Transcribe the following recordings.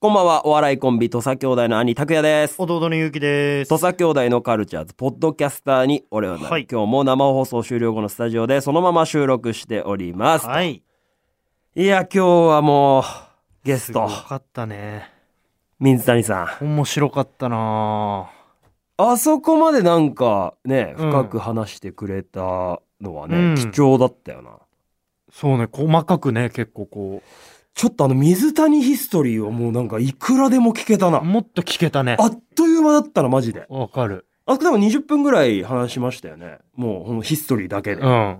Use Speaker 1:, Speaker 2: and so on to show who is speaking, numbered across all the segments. Speaker 1: こんばんは、お笑いコンビ、土佐兄弟の兄、拓也です。
Speaker 2: 弟のゆうきです。
Speaker 1: 土佐兄弟のカルチャーズ、ポッドキャスターに、俺はなる、
Speaker 2: はい
Speaker 1: 今日も生放送終了後のスタジオで、そのまま収録しております。
Speaker 2: はい。
Speaker 1: いや、今日はもう、ゲス
Speaker 2: すご
Speaker 1: ト、
Speaker 2: かったね。
Speaker 1: 水谷さん。
Speaker 2: 面白かったな
Speaker 1: あそこまでなんか、ね、
Speaker 2: うん
Speaker 1: 深く話してくれたのはね、
Speaker 2: うん
Speaker 1: 貴重だったよな。
Speaker 2: そうね、細かくね、結構こ
Speaker 1: ちょっとあの、水谷ヒストリーをもうなんか、いくらでも聞けたな
Speaker 2: う。。もっと聞けたね。
Speaker 1: あっという間だったな、マジで。
Speaker 2: わかる。
Speaker 1: あそこ多分20分ぐらい話しましたよね。もう、このヒストリーだけで。
Speaker 2: うん。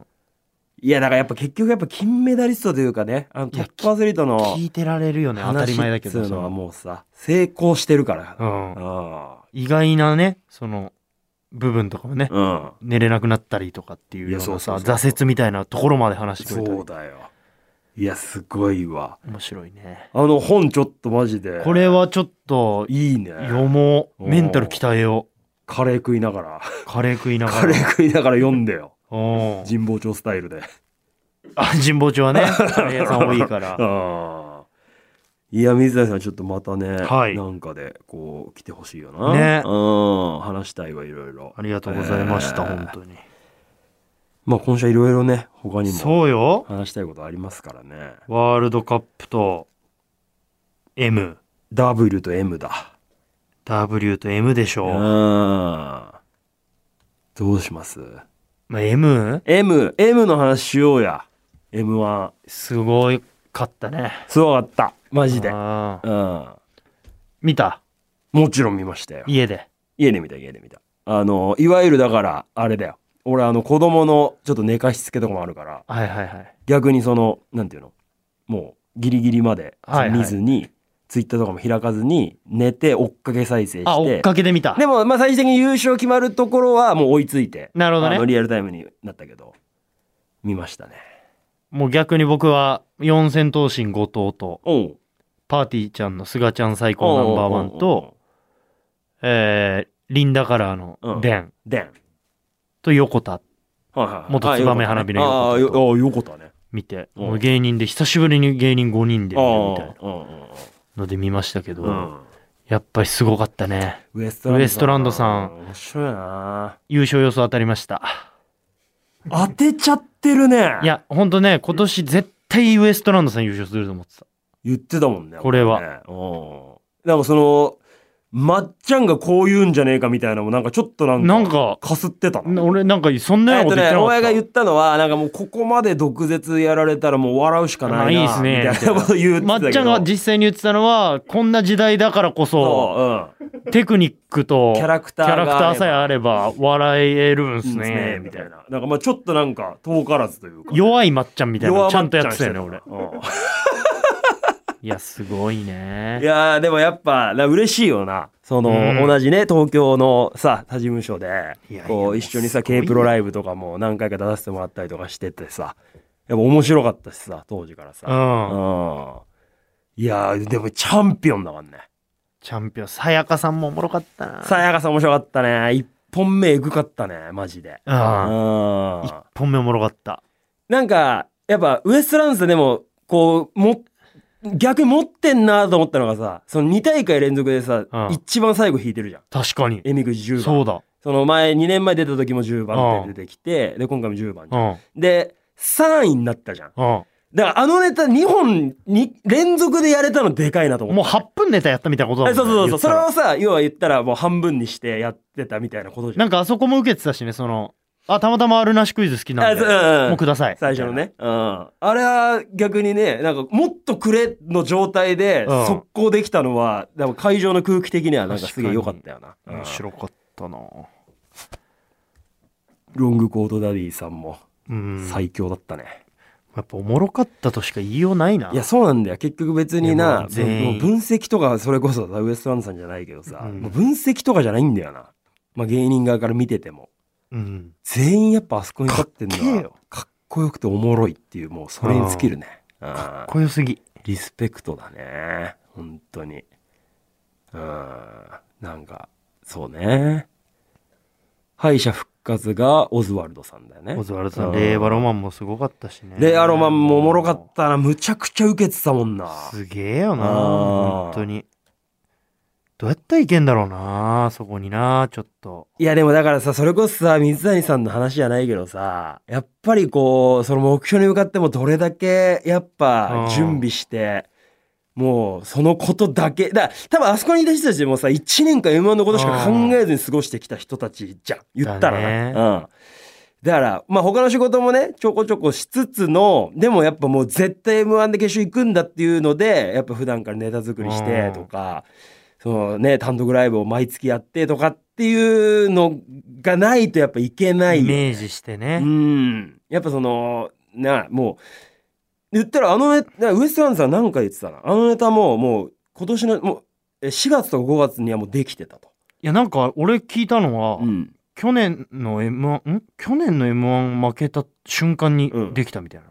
Speaker 1: いや、だからやっぱ結局やっぱ金メダリストというかね、あのト
Speaker 2: いや
Speaker 1: ップアスリートの
Speaker 2: 聞いてられるよね、当た
Speaker 1: 話
Speaker 2: り前だけ
Speaker 1: ってい
Speaker 2: ど
Speaker 1: う
Speaker 2: そ
Speaker 1: のは
Speaker 2: の
Speaker 1: もうさ、成功してるから。
Speaker 2: うん。
Speaker 1: あ
Speaker 2: 意外なね、その、部分とかもね、
Speaker 1: あ。
Speaker 2: 寝れなくなったりとかっていうよう
Speaker 1: いやそう
Speaker 2: な
Speaker 1: そ
Speaker 2: さ、
Speaker 1: うそう
Speaker 2: 挫折みたいなところまで話
Speaker 1: うん。
Speaker 2: してくれ
Speaker 1: そう
Speaker 2: た
Speaker 1: だよ。いや、すごいわ。
Speaker 2: り。面白いね。
Speaker 1: あの本ちょっとマジで。
Speaker 2: これはちょっと、
Speaker 1: いいね。
Speaker 2: 読も
Speaker 1: おー
Speaker 2: う。メンタル鍛えよ
Speaker 1: カレー食いながら。
Speaker 2: う。カレー食いなが
Speaker 1: カレー
Speaker 2: ら。
Speaker 1: 食いながら読んでよ。
Speaker 2: おー
Speaker 1: 神保町スタイルで。
Speaker 2: あ、神保町はね、カレー屋さん多いか ら。
Speaker 1: ああ。いや、水谷さんちょっとまたね、
Speaker 2: はい
Speaker 1: なんかで、こう、来てほしいよな。
Speaker 2: ね
Speaker 1: うん。話したいわ、いろいろ。
Speaker 2: ありがとうございました、
Speaker 1: えー
Speaker 2: 本当に。
Speaker 1: まあ今週はいろいろね、他にも
Speaker 2: そうよ。
Speaker 1: 話したいことありますからね。
Speaker 2: ワールドカップと M、
Speaker 1: W と M だ。
Speaker 2: W と M でし
Speaker 1: う
Speaker 2: ょう。
Speaker 1: ん。どうします
Speaker 2: まあ、M?
Speaker 1: ?M、M の話しようや。M1。
Speaker 2: すごいかったね。
Speaker 1: すごかった。マジで。うん。
Speaker 2: あー
Speaker 1: も
Speaker 2: 見た
Speaker 1: ちろん見ましたよ。
Speaker 2: 家で。
Speaker 1: 家で見た、家で見た。あの、いわゆるだから、あれだよ。俺、あの、子供のちょっと寝かしつけとかもあるから、
Speaker 2: はいはいはい。
Speaker 1: 逆にその、なんていうのもう、ギリギリまで
Speaker 2: はいはい
Speaker 1: 見ずに、ツイッターとかも開かずに、寝て追っかけ再生して。
Speaker 2: あ、追っかけで見た。
Speaker 1: でも、まあ、最終的に優勝決まるところはもう追いついて、
Speaker 2: なるほ
Speaker 1: あの
Speaker 2: どね。
Speaker 1: リアルタイムになったけど、見ましたね。
Speaker 2: もう逆に僕は四千頭身後藤と、
Speaker 1: おう
Speaker 2: パーティーちゃんの菅ちゃん最高ナンバーワン
Speaker 1: おうおうおう
Speaker 2: と、えー、リンダカラー
Speaker 1: うん
Speaker 2: のデン
Speaker 1: でん。
Speaker 2: と横田
Speaker 1: はいはいはい
Speaker 2: 元燕花火の
Speaker 1: ああ、
Speaker 2: 横田と
Speaker 1: よかったね。
Speaker 2: 見て、
Speaker 1: うん
Speaker 2: もう芸人で久しぶりに芸人5人で
Speaker 1: あ
Speaker 2: 見
Speaker 1: あ
Speaker 2: るみたいな
Speaker 1: うん
Speaker 2: ので見ましたけど、
Speaker 1: うんうん
Speaker 2: やっぱりすごかったね。
Speaker 1: ウエス
Speaker 2: ウエストランドさん。
Speaker 1: 面白いな
Speaker 2: 優勝予想当たりました。
Speaker 1: 当てちゃってるね。
Speaker 2: い。や、ほんとね、今年絶対ウエストランドさん優勝すると思ってた。
Speaker 1: 言ってたもんね。
Speaker 2: これは
Speaker 1: ね。うん。なんかその、まっちゃんがこう言うんじゃねえかみたいなのもなんかちょっとなんか、
Speaker 2: なんか
Speaker 1: かすってたな。
Speaker 2: な俺なんかそんなよ
Speaker 1: え
Speaker 2: う
Speaker 1: っ
Speaker 2: なことと言っ
Speaker 1: ね、
Speaker 2: てな
Speaker 1: お
Speaker 2: か
Speaker 1: 前
Speaker 2: った。
Speaker 1: が言ったのは、なんかもうここまで毒舌やられたらもう笑うしかないな。
Speaker 2: まあいいっすね
Speaker 1: みたいなこと言って
Speaker 2: ま
Speaker 1: たけど。
Speaker 2: っちゃんが実際に言ってたのは、こんな時代だからこそ、
Speaker 1: そう、うん。
Speaker 2: テクニックと
Speaker 1: キャラクター
Speaker 2: キ
Speaker 1: が
Speaker 2: ャ
Speaker 1: あれば
Speaker 2: ラクターさえあれば笑えるんすね、
Speaker 1: み
Speaker 2: み
Speaker 1: た
Speaker 2: た
Speaker 1: い
Speaker 2: いな。
Speaker 1: な。なんかまあちょっとなんか遠からずというか。
Speaker 2: 弱いまっちゃんみたいなの
Speaker 1: 弱
Speaker 2: ちゃんとや
Speaker 1: ま
Speaker 2: って
Speaker 1: ち
Speaker 2: た
Speaker 1: ゃ
Speaker 2: よ
Speaker 1: ん
Speaker 2: ね、
Speaker 1: して
Speaker 2: 俺
Speaker 1: た。うん
Speaker 2: いや、すごいね
Speaker 1: い。やーでもやっぱな嬉しいよなその、
Speaker 2: うん
Speaker 1: 同じね東京のさ他事務所で
Speaker 2: いやいや
Speaker 1: こ
Speaker 2: も
Speaker 1: う
Speaker 2: う
Speaker 1: 一緒にさ
Speaker 2: すごい
Speaker 1: k
Speaker 2: よ
Speaker 1: p r o ライブとかも何回か出させてもらったりとかしててさやっぱ面白かったしさ当時から
Speaker 2: う
Speaker 1: さ、
Speaker 2: ん。
Speaker 1: うんいやーでもチャンピオンだもんね
Speaker 2: チャンピオン、さやかさんもおもろかったな。
Speaker 1: さやかさん面白かったね一本目えぐかったねマジで
Speaker 2: う
Speaker 1: う
Speaker 2: ん
Speaker 1: ん
Speaker 2: 一本目おもろかった。
Speaker 1: なんかやっぱウエストランドさんでもこうも逆に持ってんなと思ったのがさその2大会連続でさ、
Speaker 2: うん
Speaker 1: 一番最後引いてるじゃん
Speaker 2: 確かに。
Speaker 1: えみくじ10番
Speaker 2: そうだ。
Speaker 1: その前、2年前出た時も10番っ
Speaker 2: う
Speaker 1: て
Speaker 2: ん
Speaker 1: 出てきて、で、今回も10番じ
Speaker 2: う
Speaker 1: ゃん。
Speaker 2: ん。
Speaker 1: で、3位になったじゃん。
Speaker 2: うん。
Speaker 1: だからあのネタ2本に連続でやれたのでかいなと思
Speaker 2: もう
Speaker 1: っ
Speaker 2: 8分ネタやったみたいなこと
Speaker 1: た。
Speaker 2: だ
Speaker 1: え
Speaker 2: もんね
Speaker 1: そうそうそう。それをさ、
Speaker 2: 言ったら
Speaker 1: 要は言ったらもう半分にしてやってたみたいなことじゃん。
Speaker 2: なんかあそこも受けてたしね、その、あ、たまたまあるなしクイズ好きなん
Speaker 1: あ
Speaker 2: で、
Speaker 1: そう
Speaker 2: も
Speaker 1: うんう
Speaker 2: うんください。
Speaker 1: 最初の。ね。うん。あれは逆にね、なんかもっとくれの状態で
Speaker 2: うん
Speaker 1: 速攻できたのは、でも会場の空気的にはなんかすげえ良かったよな。うん
Speaker 2: 面白かったな
Speaker 1: ロングコートダディさんも
Speaker 2: うん。
Speaker 1: 最強だったね。
Speaker 2: やっぱおもろかったとしか言いようないな。
Speaker 1: いや、そうなんだよ。結局別に
Speaker 2: いやも
Speaker 1: な
Speaker 2: う、全員
Speaker 1: もう分析とか、それこそさウエストランドさんじゃないけどさ、
Speaker 2: うん
Speaker 1: もう分析とかじゃないんだよな。まあ芸人側から見てても。
Speaker 2: うん。
Speaker 1: 全員やっぱあそこに立ってん
Speaker 2: かっけえ
Speaker 1: のは
Speaker 2: よ、
Speaker 1: かっこよくておもろいっていう、もうそれに尽きるね。
Speaker 2: かっ
Speaker 1: うん
Speaker 2: こよすぎ。
Speaker 1: リスペクトだね。本当に。うん。なんか、そうね。敗者復活がオズワルドさんだよね
Speaker 2: オ。ズワルドさ
Speaker 1: うん
Speaker 2: ん、令和ロマンもすごかったしね。
Speaker 1: レアロマンもおもろかったな。むちゃくちゃ受けてたもんな。
Speaker 2: すげえよな、
Speaker 1: あー
Speaker 2: 本当に。どうやったらいけんだろうな、そこにな、ちょっと。
Speaker 1: いやでもだからさ、それこそさ、水谷さんの話じゃないけどさ、やっぱりこう、その目標に向かってもどれだけやっぱ
Speaker 2: うん
Speaker 1: 準備して、もうそのことだけ、だから多分あそこにいた人たちでもさ、1年間 M1 のことしか考えずに過ごしてきた人たちじゃん。言ったら
Speaker 2: だ
Speaker 1: ね。
Speaker 2: ね
Speaker 1: うん。だから、まあ他の仕事もね、ちょこちょこしつつの、でもやっぱもう絶対 M1 で決勝行くんだっていうので、やっぱ普段からネタ作りしてとか、そのね、単独ライブを毎月やってとかっていうのがないとやっぱいけない。
Speaker 2: イメージしてね。
Speaker 1: うん。やっぱその、な、もう、言ったらあのね、なウエストランドさん何回言ってたな。あのネタももう今年の、もうえ4月とか5月にはもうできてたと。
Speaker 2: いや、なんか俺聞いたのは、
Speaker 1: ん。
Speaker 2: 去年の M1、ん去年の M1 負けた瞬間に
Speaker 1: うん
Speaker 2: できたみたいな。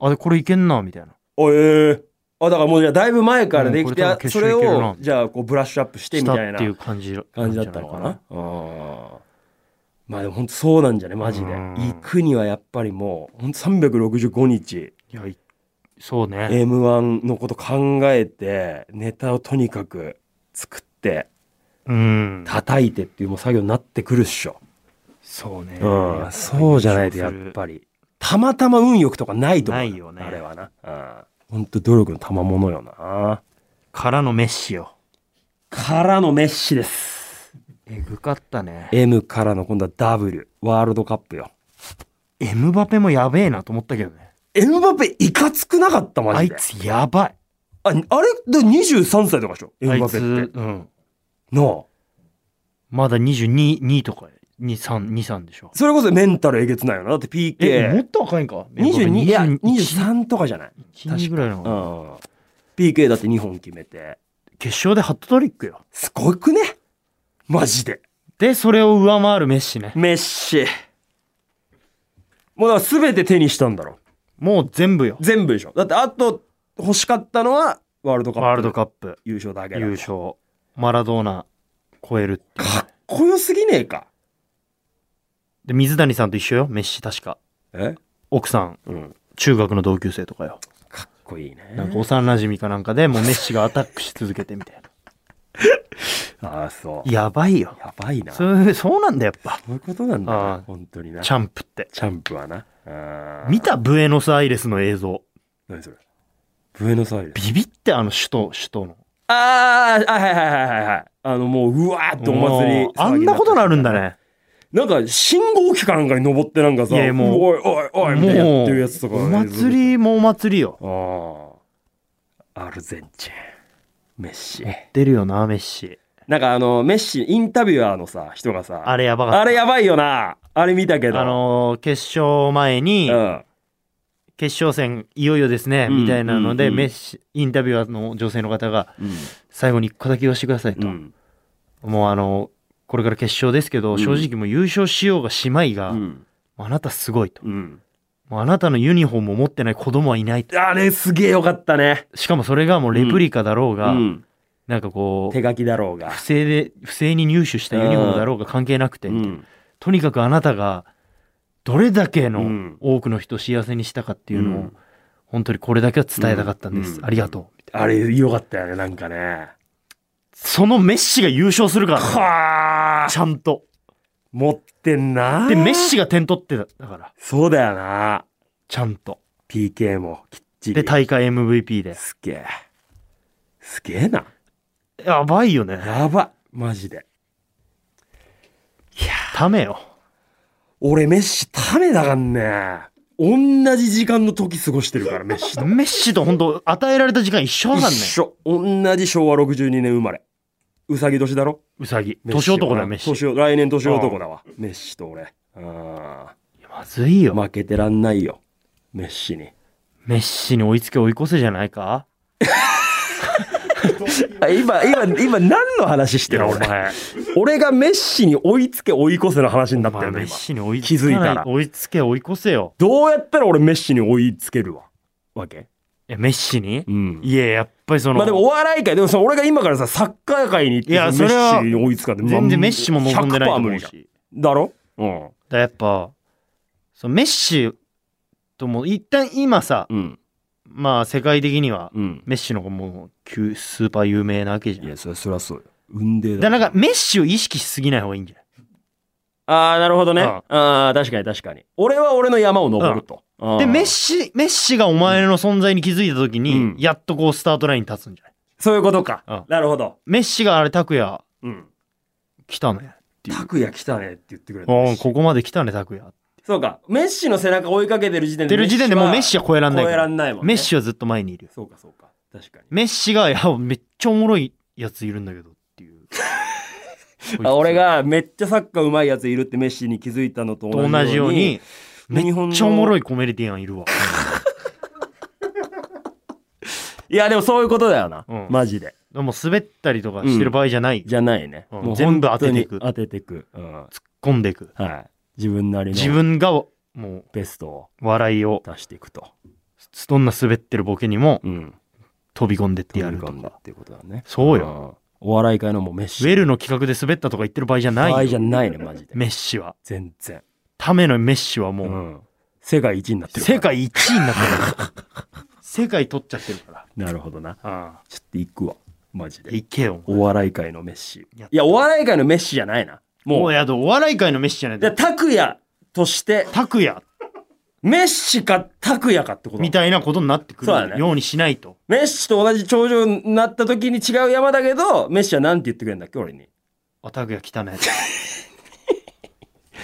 Speaker 2: あ、で、これいけんな、みたいな。
Speaker 1: おえーあ、だからもうじゃあだいぶ前からできて、
Speaker 2: うんこれ多分
Speaker 1: あ
Speaker 2: 決
Speaker 1: それ
Speaker 2: 勝いけるな
Speaker 1: を、じゃあこうブラッシュアップして
Speaker 2: し
Speaker 1: み
Speaker 2: た
Speaker 1: たい
Speaker 2: ってい
Speaker 1: な
Speaker 2: う感じ
Speaker 1: 感じだったのかな。
Speaker 2: なん
Speaker 1: あーまあでも本当そうなんじゃね、マジで。
Speaker 2: うん
Speaker 1: 行くにはやっぱりもう、本当365日、
Speaker 2: じゃないかないやいそうね
Speaker 1: M1 のこと考えて、ネタをとにかく作って、
Speaker 2: うん
Speaker 1: 叩いてっていうもう作業になってくるっしょ。
Speaker 2: そうね
Speaker 1: うん。そうじゃないとやっ
Speaker 2: り
Speaker 1: ぱり。たまたま運良くとかないと思う
Speaker 2: ないよね
Speaker 1: あれはな。うん。本当努力の賜物よな。
Speaker 2: からのメッシよ
Speaker 1: からのメッシです。
Speaker 2: えぐかったね
Speaker 1: M からの今度は W、ワールドカップよ。
Speaker 2: エムバペもやべえなと思ったけどね
Speaker 1: エムバペいかつくなかったマ
Speaker 2: あ
Speaker 1: ジ
Speaker 2: い
Speaker 1: で。
Speaker 2: つやばい
Speaker 1: ああれで23歳とかでしょエ
Speaker 2: あ
Speaker 1: ム
Speaker 2: い
Speaker 1: バペ
Speaker 2: つ、
Speaker 1: っ
Speaker 2: う
Speaker 1: て。
Speaker 2: ん、
Speaker 1: なあ。
Speaker 2: まだ22とか232でしょ
Speaker 1: それこそメンタルえげつないよな。だって PK。
Speaker 2: えもっと若いんか
Speaker 1: 22いや
Speaker 2: 23
Speaker 1: 23とかじゃない、
Speaker 2: ぐらいなの
Speaker 1: う、
Speaker 2: かなん
Speaker 1: PK だって2本決めて
Speaker 2: 決勝でハットトリックよ
Speaker 1: すごくねマジで
Speaker 2: でそれを上回るメッシね
Speaker 1: メッシもうだから全て手にしたんだろ
Speaker 2: もう全部よ
Speaker 1: 全部でしょだってあと欲しかったのはワールドカップ
Speaker 2: ワールドカップ
Speaker 1: 優勝だけだ
Speaker 2: 優勝マラドーナ超えるっていうね
Speaker 1: かっこよすぎねえか
Speaker 2: で水谷さんと一緒よメッシ確か
Speaker 1: え
Speaker 2: 奥さん
Speaker 1: うん
Speaker 2: 中学の同級生とかよ
Speaker 1: かっこいいね
Speaker 2: なんか幼馴染みかなんかでもうメッシがアタックし続けてみたいな
Speaker 1: ああそう
Speaker 2: やばいよ
Speaker 1: やばいなそう
Speaker 2: そうそうなんだやっぱ
Speaker 1: いうことなんだ
Speaker 2: あ
Speaker 1: な
Speaker 2: あ
Speaker 1: 本当にな
Speaker 2: チ
Speaker 1: チャ
Speaker 2: ャンプって
Speaker 1: ンプはなああ
Speaker 2: 見たブエノスアイレスの映像
Speaker 1: 何それブエノスアイレス
Speaker 2: ビビってあの首都首都の
Speaker 1: あーあ、はいはいはいはいはい。あのもう、うわーってお祭り騒ぎ
Speaker 2: もう
Speaker 1: にた。
Speaker 2: あんなことなるんだね
Speaker 1: なんか、信号機かなんかに登ってなんかさ、
Speaker 2: いやもう
Speaker 1: おいおいおい、みたいなやってるやつとか。
Speaker 2: もうお祭りもお祭りよ
Speaker 1: ああ。アルゼンチン。メッシ。
Speaker 2: 出るよなメッシ
Speaker 1: なんかあの、メッシ、インタビュアーのさ、人がさ、
Speaker 2: あれやばかった
Speaker 1: あれやばいよな。あれ見たけど。
Speaker 2: あ、のー決勝前に、
Speaker 1: うん。
Speaker 2: 決勝戦いよいよですね、
Speaker 1: うん
Speaker 2: みたいなので、
Speaker 1: うんうん
Speaker 2: メッシインタビュアーの女性の方が
Speaker 1: うん。
Speaker 2: 最後に一個だけ言わせてくださいと、
Speaker 1: うん。
Speaker 2: もうあのこれから決勝ですけど、
Speaker 1: うん
Speaker 2: 正直もう優勝しようがしまいが、
Speaker 1: うん。
Speaker 2: あなたすごいと。
Speaker 1: うん。
Speaker 2: もうあなたのユニフォームを持ってない子供はいないと。
Speaker 1: あれすげえよかったね。
Speaker 2: しかもそれがもうレプリカだろう
Speaker 1: う
Speaker 2: が、
Speaker 1: ん。
Speaker 2: なんかこう
Speaker 1: 手、書きだろうが。
Speaker 2: 不正で、不正に入手したユニフォームだろうが関係なくて、
Speaker 1: うん。
Speaker 2: とにかくあなたが、どれだけ
Speaker 1: うん
Speaker 2: の多くの人を幸せにしたかっていうのを、
Speaker 1: うん
Speaker 2: 本当にこれだけは伝えたかったんです。
Speaker 1: うん
Speaker 2: ありがとう。
Speaker 1: あれよかったよね、なんかね。
Speaker 2: そのメッシが優勝するからね、
Speaker 1: はあ
Speaker 2: ちゃんと。
Speaker 1: 持ってんな
Speaker 2: で、メッシが点取ってただから、
Speaker 1: そうだよな
Speaker 2: ちゃんと。
Speaker 1: PK もきっちり
Speaker 2: で、大会 MVP で。
Speaker 1: すげえすげえな
Speaker 2: やばいよね。
Speaker 1: やばマジで
Speaker 2: ためよ。
Speaker 1: 俺メッシタメだかんね同じ時間の時過ごしてるからメッ シと
Speaker 2: メッシと本当与えられた時間一緒だか
Speaker 1: 一
Speaker 2: んね。
Speaker 1: 緒同じ昭和62年生まれうさぎ年だろ
Speaker 2: うさぎ。
Speaker 1: メッシ
Speaker 2: 年男だよ、メッシ。
Speaker 1: 年男来年年男だわメッシと俺あ
Speaker 2: いやまずいよ。
Speaker 1: 負けてらんないよメッシに
Speaker 2: メッシに追いつけ追い越せじゃないか
Speaker 1: あ今今今何の話して
Speaker 2: い
Speaker 1: る
Speaker 2: や
Speaker 1: の
Speaker 2: お
Speaker 1: 俺
Speaker 2: 前、
Speaker 1: 俺がメッシに追いつけ追い越せの話にな
Speaker 2: お
Speaker 1: ってる
Speaker 2: 前
Speaker 1: んだ
Speaker 2: メッ
Speaker 1: 今
Speaker 2: シに追い
Speaker 1: 気
Speaker 2: つ
Speaker 1: づい
Speaker 2: け
Speaker 1: た
Speaker 2: ない
Speaker 1: ら
Speaker 2: 追いつけ追い越せよ。
Speaker 1: どうやったら俺メッシに追いつけるわわけ
Speaker 2: いや、メッシに、
Speaker 1: うん
Speaker 2: いや、やっぱりその、
Speaker 1: まあでもお笑い界でもさ俺が今からさサッカー界に行って
Speaker 2: い
Speaker 1: さ
Speaker 2: やそれは
Speaker 1: メッシに追いつかって
Speaker 2: 全然メッシも望んでないと思
Speaker 1: 100%
Speaker 2: う
Speaker 1: 無理
Speaker 2: し。
Speaker 1: だろうん。
Speaker 2: だからやっぱそのメッシとも一旦今さ、
Speaker 1: うん。
Speaker 2: まあ世界的には
Speaker 1: うん。
Speaker 2: メッシの方がもう急スーパー有名なわけじゃ
Speaker 1: い
Speaker 2: ん。だ
Speaker 1: や、
Speaker 2: か
Speaker 1: そりゃそりゃそうよ。運命だ。
Speaker 2: らなんかメッシを意識しすぎない方がいいんじゃない
Speaker 1: ああ、なるほどね。
Speaker 2: うん
Speaker 1: ああー、確かに確かに。俺は俺の山を登ると。あー
Speaker 2: でメッシメッシがお前の存在に気づいた時に、
Speaker 1: うん
Speaker 2: やっとこうスタートラインに立つんじゃない
Speaker 1: そういうことか。
Speaker 2: うん
Speaker 1: なるほど。
Speaker 2: メッシがあれ拓也
Speaker 1: うん。
Speaker 2: 来たね
Speaker 1: 拓也来たねって言ってくれた。
Speaker 2: おーここまで来たね拓也っ
Speaker 1: そうか。メッシの背中追いかけてる時点で。
Speaker 2: てる時点でもうメッシ
Speaker 1: は
Speaker 2: は超えらんない
Speaker 1: 超
Speaker 2: か
Speaker 1: えら
Speaker 2: ら
Speaker 1: んないもんね。
Speaker 2: メッシはずっと前にいるよ
Speaker 1: そうかそうか。確か
Speaker 2: メッシがいやめっちゃおもろいやついるんだけどっていう
Speaker 1: に。あ俺がめっちゃサッカーうまいやついるってメッシに気づいたのと
Speaker 2: と同じようにめ
Speaker 1: 日本
Speaker 2: っ
Speaker 1: の
Speaker 2: ちゃおもろいコメディアンいるわ
Speaker 1: いやでもそういうことだよな、
Speaker 2: うん
Speaker 1: マジで
Speaker 2: でも滑ったりとかしてる場合じゃない、
Speaker 1: じゃないね、
Speaker 2: うん
Speaker 1: もう
Speaker 2: 全部当てていく
Speaker 1: 本当に当ててく、うん
Speaker 2: 込んでいく
Speaker 1: はい、自分なり
Speaker 2: 自
Speaker 1: の
Speaker 2: 分がもう
Speaker 1: ベストを
Speaker 2: 笑いを
Speaker 1: 出していくと、
Speaker 2: どんな滑ってるボケにも
Speaker 1: うん、
Speaker 2: 飛び込んでってやると
Speaker 1: 飛び込んだ
Speaker 2: か
Speaker 1: っていうことだね
Speaker 2: そうよ
Speaker 1: うんお笑い界のもうメッ
Speaker 2: ウ
Speaker 1: シ
Speaker 2: ェルの企画で滑ったとか言ってる場合じゃないよ
Speaker 1: 場合じゃないねマジで
Speaker 2: メッシは
Speaker 1: 全然、
Speaker 2: ためのメッシはもう、
Speaker 1: うん世界一になってるから
Speaker 2: 世界一位になってる 世界取っちゃってるから
Speaker 1: なるほどな
Speaker 2: あ
Speaker 1: ちょっと行くわマジで
Speaker 2: 行けよ
Speaker 1: お笑い界のメッシ
Speaker 2: やった
Speaker 1: いやお笑い界のメッシじゃないな
Speaker 2: も
Speaker 1: も
Speaker 2: う
Speaker 1: う
Speaker 2: やだお笑い界のメッシじゃないんだ
Speaker 1: で拓也として
Speaker 2: 拓也
Speaker 1: メッシか拓也かってことなの
Speaker 2: みたいなことになってく
Speaker 1: そうだね
Speaker 2: るようにしないと
Speaker 1: メッシと同じ頂上になった時に違う山だけど、メッシはなんて言ってくれるんだっけ、俺に。
Speaker 2: あ拓也来 たね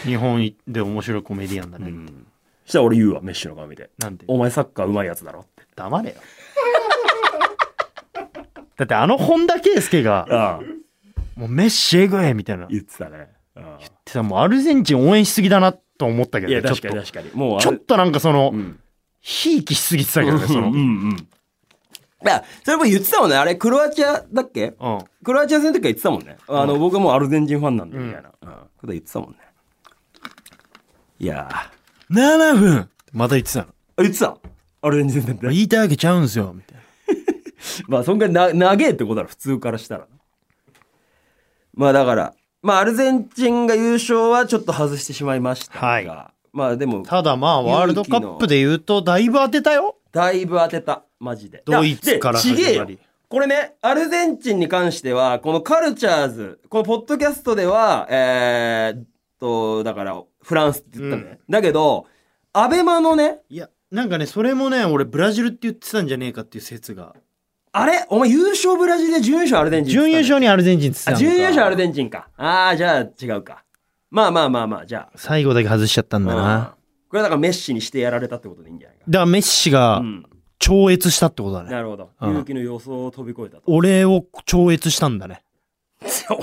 Speaker 2: 日本で面白いコメディアンだね、
Speaker 1: ん。したら俺言うわ、メッシの顔見て。
Speaker 2: なんで
Speaker 1: お前サッカーうまいやつだろって。
Speaker 2: 黙れよ だってあの本田圭佑が
Speaker 1: ああ、
Speaker 2: もうメッシえぐいみたいな
Speaker 1: 言
Speaker 2: 言っ
Speaker 1: ってたね。ああ
Speaker 2: てたもうアルゼンチン応援しすぎだなと思ったけ
Speaker 1: い
Speaker 2: ど
Speaker 1: や、
Speaker 2: ね
Speaker 1: 確
Speaker 2: ち
Speaker 1: か
Speaker 2: ょっ
Speaker 1: に
Speaker 2: と
Speaker 1: 確かに。もうあれ、
Speaker 2: ちょっとなんかその
Speaker 1: うん。
Speaker 2: ひいきしすぎてたけどねその
Speaker 1: うんうん。いや、それも言ってたもんね。あれ、クロアチアだっけ
Speaker 2: うん
Speaker 1: クロアチア戦の時は言ってたもんね。あの、僕はもうアルゼンチンファンなんで、みたいな、うんこと言ってたもんね。いやーあ
Speaker 2: 7分また言ってたの。
Speaker 1: 言ってたアルゼンチン戦って。
Speaker 2: 言いたいわけちゃうんすよ、みたいな。
Speaker 1: まあそんぐらいな長えってことだろ普通からしたらまあだからまあアルゼンチンが優勝はちょっと外してしまいましたが、
Speaker 2: はい
Speaker 1: まあでも
Speaker 2: ただまあ、ワールドカップで言うと、だいぶ当てたよ。
Speaker 1: だいぶ当てたマジで
Speaker 2: ドイツから
Speaker 1: いやで
Speaker 2: 始ま
Speaker 1: ちげえ
Speaker 2: り
Speaker 1: よ。これねアルゼンチンに関してはこのカルチャーズこのポッドキャストではえーっとだからフランスって言ったね、だけどアベマのね
Speaker 2: いや、なんかね、それもね、俺、ブラジルって言ってたんじゃねえかっていう説が。
Speaker 1: あれお前優勝ブラジルで準優勝アルゼンチンって言っ
Speaker 2: 準
Speaker 1: てた
Speaker 2: 優
Speaker 1: ね
Speaker 2: 勝にアルゼンチンって言
Speaker 1: あ
Speaker 2: ってたの
Speaker 1: 準
Speaker 2: か。
Speaker 1: 優勝アルゼンチンか。ああ、じゃあ違うか。まあまあまあまあ、じゃあ。
Speaker 2: 最後だけ外しちゃったんだな。だ
Speaker 1: うん
Speaker 2: か
Speaker 1: これはだからメッシにしてやられたってことでいいんじゃないか。
Speaker 2: らメッシ
Speaker 1: う
Speaker 2: が
Speaker 1: ん、
Speaker 2: 超越したってことだね。
Speaker 1: なるほど。
Speaker 2: うん
Speaker 1: 勇気の予想を飛び越え たと。
Speaker 2: 俺を超越したんだね。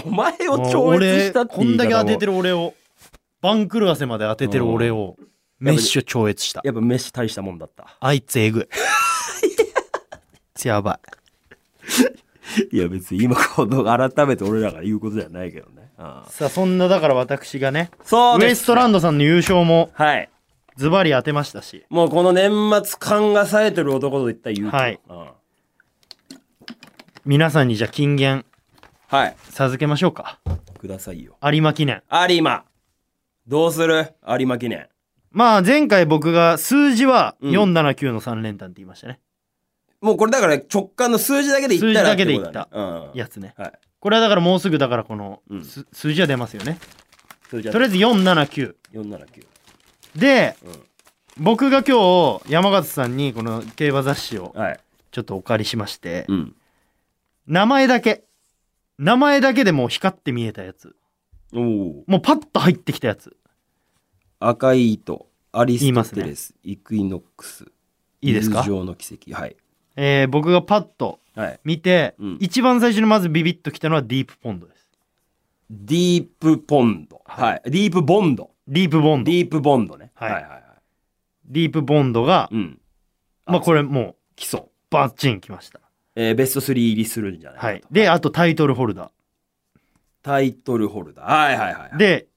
Speaker 1: お前を超越したって
Speaker 2: 俺こんだけ当てて
Speaker 1: る。
Speaker 2: る俺を、番狂わせまで当ててる俺を、メッシを超越した。
Speaker 1: やっぱメッシ大したもんだった。
Speaker 2: あいつえぐい。やばい。
Speaker 1: いや別に今この 改めて俺らが言うことじゃないけどね。うん
Speaker 2: さあそんなだから私がね
Speaker 1: そう
Speaker 2: ウ
Speaker 1: です。
Speaker 2: エストランドさんの優勝も
Speaker 1: はい。
Speaker 2: ズバリ当てましたし
Speaker 1: もうこの年末感が冴えてる男といったら勇気。
Speaker 2: はい
Speaker 1: うん
Speaker 2: 皆さんにじゃあ金言
Speaker 1: はい。
Speaker 2: 授けましょうか
Speaker 1: くださいよ。
Speaker 2: 有馬記念
Speaker 1: 有馬。どうする有馬記念。
Speaker 2: まあ前回僕が数字は
Speaker 1: うん
Speaker 2: 479の3連単って言いましたね、
Speaker 1: もうこれだから直感の数字だけで言ったら
Speaker 2: 数字だけで
Speaker 1: ってことねうん、
Speaker 2: やつね
Speaker 1: はい
Speaker 2: これはだからもうすぐだからこの、
Speaker 1: うん
Speaker 2: す数字は出ますよね
Speaker 1: それじゃあ
Speaker 2: とりあえず479
Speaker 1: 479
Speaker 2: で、
Speaker 1: うん
Speaker 2: 僕が今日山形さんにこの競馬雑誌を
Speaker 1: はい、
Speaker 2: ちょっとお借りしまして、
Speaker 1: うん、
Speaker 2: 名前だけ名前だけでもう光って見えたやつ
Speaker 1: おお
Speaker 2: もうパッと入ってきたやつ
Speaker 1: 赤い糸アリ
Speaker 2: 言いま
Speaker 1: ス
Speaker 2: す
Speaker 1: トテレス、イクイノックス
Speaker 2: いいですか
Speaker 1: 友情の奇跡はい
Speaker 2: えー僕がパッと
Speaker 1: はい
Speaker 2: 見て、
Speaker 1: うん
Speaker 2: 一番最初にまずビビッときたのはディープポンドです。
Speaker 1: ディープポンドはい、ディープボンド
Speaker 2: ディープボンド
Speaker 1: デ。ィープボンドね、
Speaker 2: はい
Speaker 1: はいはいはい
Speaker 2: ディープボンドが、
Speaker 1: うん
Speaker 2: まあこれもう
Speaker 1: 基礎、
Speaker 2: バッチンきました。
Speaker 1: えー、ベスト3入りするんじゃないか
Speaker 2: は
Speaker 1: と、
Speaker 2: い。で、あとタイトルホルダ
Speaker 1: タイトルホルダーはいはいはいは
Speaker 2: ー。
Speaker 1: い
Speaker 2: で、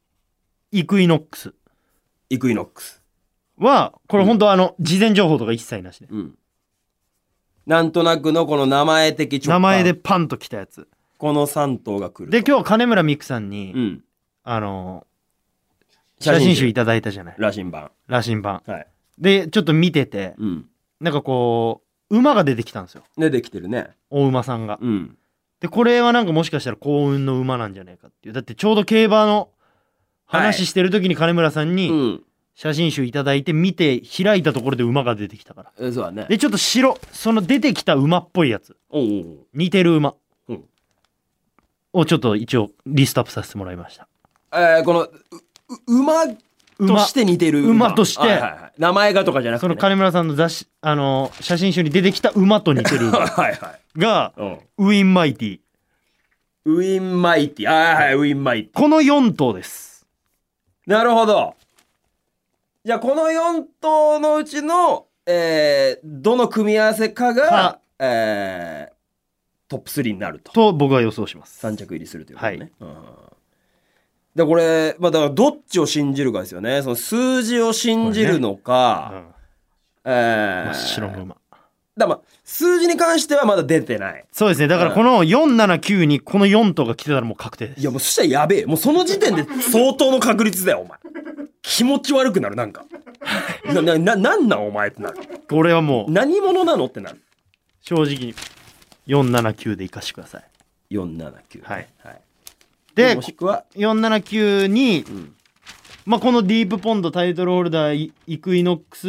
Speaker 2: イクイノックス
Speaker 1: イクイノックス
Speaker 2: は、これ本当あの、事前情報とか一切なしで。
Speaker 1: うんなんとなくのこの名前的直
Speaker 2: 名
Speaker 1: 感
Speaker 2: 前でパンときたやつ。
Speaker 1: この3頭が来ると
Speaker 2: で、今日金村美玖さんに、
Speaker 1: うん
Speaker 2: あの写真集いただいたじゃない。
Speaker 1: 羅針盤。
Speaker 2: 羅針盤。
Speaker 1: はい。
Speaker 2: で、ちょっと見てて、
Speaker 1: うん。
Speaker 2: なんかこう、馬が出てきたんですよ。
Speaker 1: ね、できてるね。
Speaker 2: 大馬さんが。
Speaker 1: うん。
Speaker 2: で、これはなんかもしかしたら幸運の馬なんじゃないかっていう。だってちょうど競馬の話してる時に金村さん
Speaker 1: う
Speaker 2: に
Speaker 1: ん。
Speaker 2: 写真集いただいて見て開いたところで馬が出てきたから。
Speaker 1: えそうだね。
Speaker 2: で、ちょっと白、その出てきた馬っぽいやつ。
Speaker 1: おうおうおう
Speaker 2: 似てる馬
Speaker 1: うん
Speaker 2: をちょっと一応リストアップさせてもらいました。
Speaker 1: えーこの、うう馬と
Speaker 2: 馬
Speaker 1: して似てる
Speaker 2: 馬として
Speaker 1: はいはいはい名前がとかじゃなくて、
Speaker 2: そ
Speaker 1: ね。
Speaker 2: の金村さんの雑誌、あの、写真集に出てきた馬と似てる馬
Speaker 1: はいはい。
Speaker 2: が、
Speaker 1: うん。
Speaker 2: ウィンマイティ。
Speaker 1: ウィンマイティ。ああ、はい、ウィンマイテ
Speaker 2: この4頭です。
Speaker 1: ィ。なるほど。じゃあ、この4頭のうちの、えー、どの組み合わせかが
Speaker 2: か、
Speaker 1: えー、トップ3になると。
Speaker 2: と僕は予想します。
Speaker 1: 3着入りするということね。うんで、これ、まあ、だから、どっちを信じるかですよね。その数字を信じるの
Speaker 2: うん
Speaker 1: か、えー
Speaker 2: 真っ白の馬。
Speaker 1: だからまあ、数字に関してはまだ出てない。
Speaker 2: そうですね。だからこの479にこの4頭が来てたらもう確定です。
Speaker 1: いや、もうそしたらやべえ。もうその時点で相当の確率だよ、お前。気持ち悪くなる、なんか。な、な、な、なんなん、お前ってなる。
Speaker 2: これはもう
Speaker 1: 何者なのってなる。
Speaker 2: 正直に479で行かしてください。
Speaker 1: 479。
Speaker 2: はい。
Speaker 1: はい。
Speaker 2: で
Speaker 1: も、しくは、
Speaker 2: 479に、
Speaker 1: ん
Speaker 2: まあ、このディープポンドタイトルホルダーイイクイノックス、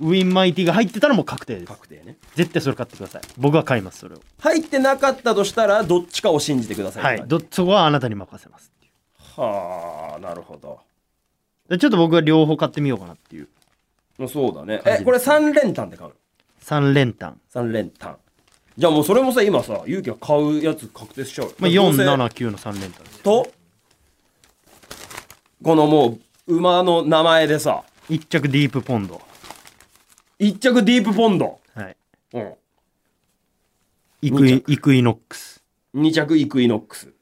Speaker 2: ウィンマイティが入ってたらもう確定です
Speaker 1: 確定ね。
Speaker 2: 絶対それ買ってください僕は買いますそれを
Speaker 1: 入ってなかったとしたら、どっちかを信じてください。
Speaker 2: はいどそこはあなたに任せますっていう
Speaker 1: はあ、なるほど。
Speaker 2: でちょっと僕は両方買ってみようかなっていう
Speaker 1: そうだね。
Speaker 2: 感じ
Speaker 1: え、これ3連単で買うの
Speaker 2: 3連単、
Speaker 1: ?3 連単。じゃあもうそれもさ、今さ、勇気が買うやつ確定しちゃうよ。
Speaker 2: まあ、
Speaker 1: どうせ
Speaker 2: 479の3連単です
Speaker 1: と、このもう、馬の名前でさ、
Speaker 2: 1着ディープポンド、
Speaker 1: 一着ディープポンド。
Speaker 2: はい、
Speaker 1: うん。
Speaker 2: イク
Speaker 1: 二
Speaker 2: イイクイノックス
Speaker 1: 二着イクイノックス。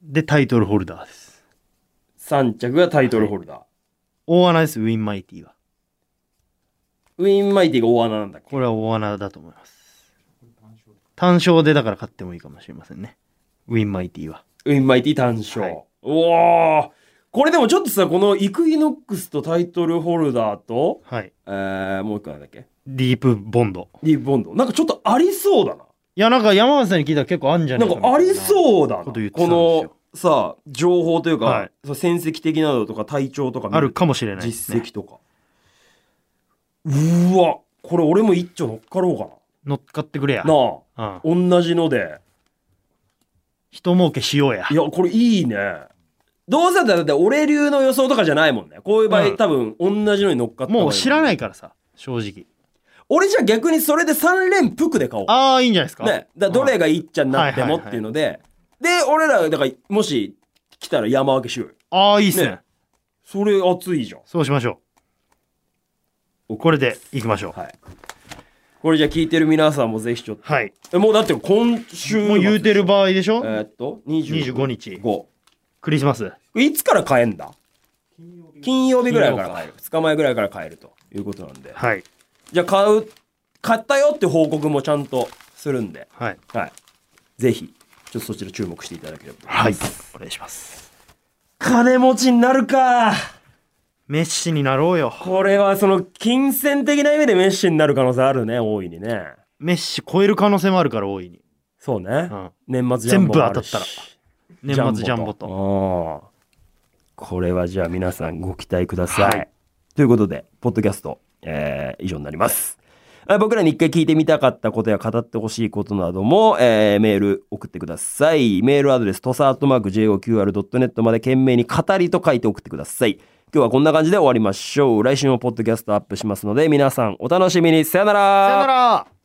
Speaker 2: でタイトルホルダーです
Speaker 1: 三着がタイトルホルダー。
Speaker 2: 大穴ですウィンマイティは
Speaker 1: ウィンマイティが大穴なんだっけ
Speaker 2: これは大穴だと思います単勝でだから買ってもいいかもしれませんねウィンマイティは
Speaker 1: ウィンマイティ単勝。
Speaker 2: はい
Speaker 1: おおこれでもちょっとさ、このイクイノックスとタイトルホルダーと、
Speaker 2: はい
Speaker 1: えー、もう一個なんだっけ
Speaker 2: ディープボンド
Speaker 1: ディープボンド。なんかちょっとありそうだな。
Speaker 2: いやなんか山形さんに聞いたら結構あんじゃ
Speaker 1: な
Speaker 2: ない
Speaker 1: んかあり
Speaker 2: う
Speaker 1: そうだな。
Speaker 2: こ
Speaker 1: こと
Speaker 2: 言ってたんですよ
Speaker 1: のさ、情報というか、
Speaker 2: はい
Speaker 1: その戦績的なのとか体調とか見
Speaker 2: あるかもしれないです
Speaker 1: 実
Speaker 2: ね
Speaker 1: 績とか。うーわ、これ俺も一丁乗っかろうか
Speaker 2: 乗っかってくれや
Speaker 1: な。な
Speaker 2: うん
Speaker 1: あ、同じので。
Speaker 2: 人儲けしようや
Speaker 1: いや、これいいね。どうせだったらだって俺流の予想とかじゃないもんね。こういう場合、
Speaker 2: うん
Speaker 1: 多分同じのに乗っかった
Speaker 2: もう知ら
Speaker 1: い。
Speaker 2: ないからさ正直
Speaker 1: 俺じゃあ逆にそれで3連服で買おう。
Speaker 2: ああいいんじゃないですか
Speaker 1: ね。だからどれ
Speaker 2: が
Speaker 1: がいいっちゃになっても
Speaker 2: うん
Speaker 1: っていうので。で、俺ら、だからもし来たら山分けしようよ。
Speaker 2: ああいいっすね
Speaker 1: ねそれ熱いじゃん。
Speaker 2: そうしましょうこれでいきましょう
Speaker 1: はい。これじゃあ聞いてる皆さんもぜひちょっと。
Speaker 2: はい
Speaker 1: え、もうだって今週末。
Speaker 2: もう言うてる場合でし
Speaker 1: え
Speaker 2: ょ
Speaker 1: ーっと、25
Speaker 2: 25日
Speaker 1: こ
Speaker 2: クリスマス
Speaker 1: れいつから買えんだ金曜日ぐらいから
Speaker 2: 金
Speaker 1: 買える。2日前ぐらいから買えるということなんで。
Speaker 2: はい
Speaker 1: じゃあ買う、買ったよって報告もちゃんとするんで、
Speaker 2: はい
Speaker 1: はい。ぜひ、ちょっとそちら注目していただければと思い
Speaker 2: は
Speaker 1: ま
Speaker 2: い
Speaker 1: す。
Speaker 2: お願いします
Speaker 1: 金持ちになるか
Speaker 2: メッシになろうよ
Speaker 1: これはその金銭的な意味でメッシになる可能性あるね、大いにね。
Speaker 2: メッシ超える可能性もあるから大いに
Speaker 1: そうね。
Speaker 2: ん
Speaker 1: 年末ジャンボもあるし
Speaker 2: 全部年末ジャンボと
Speaker 1: とうんこれはじゃあ皆さんご期待ください、
Speaker 2: はい
Speaker 1: ということでポッドキャスト、えー以上になりますあ僕らに一回聞いてみたかったことや語ってほしいことなども、えーメール送ってください。メールアドレス、とさーとマーク JOQR.net まで懸命に語りと書いて送ってください。今日はこんな感じで終わりましょう。来週もポッドキャストアップしますので、皆さんお楽しみに。さよなら
Speaker 2: さよなら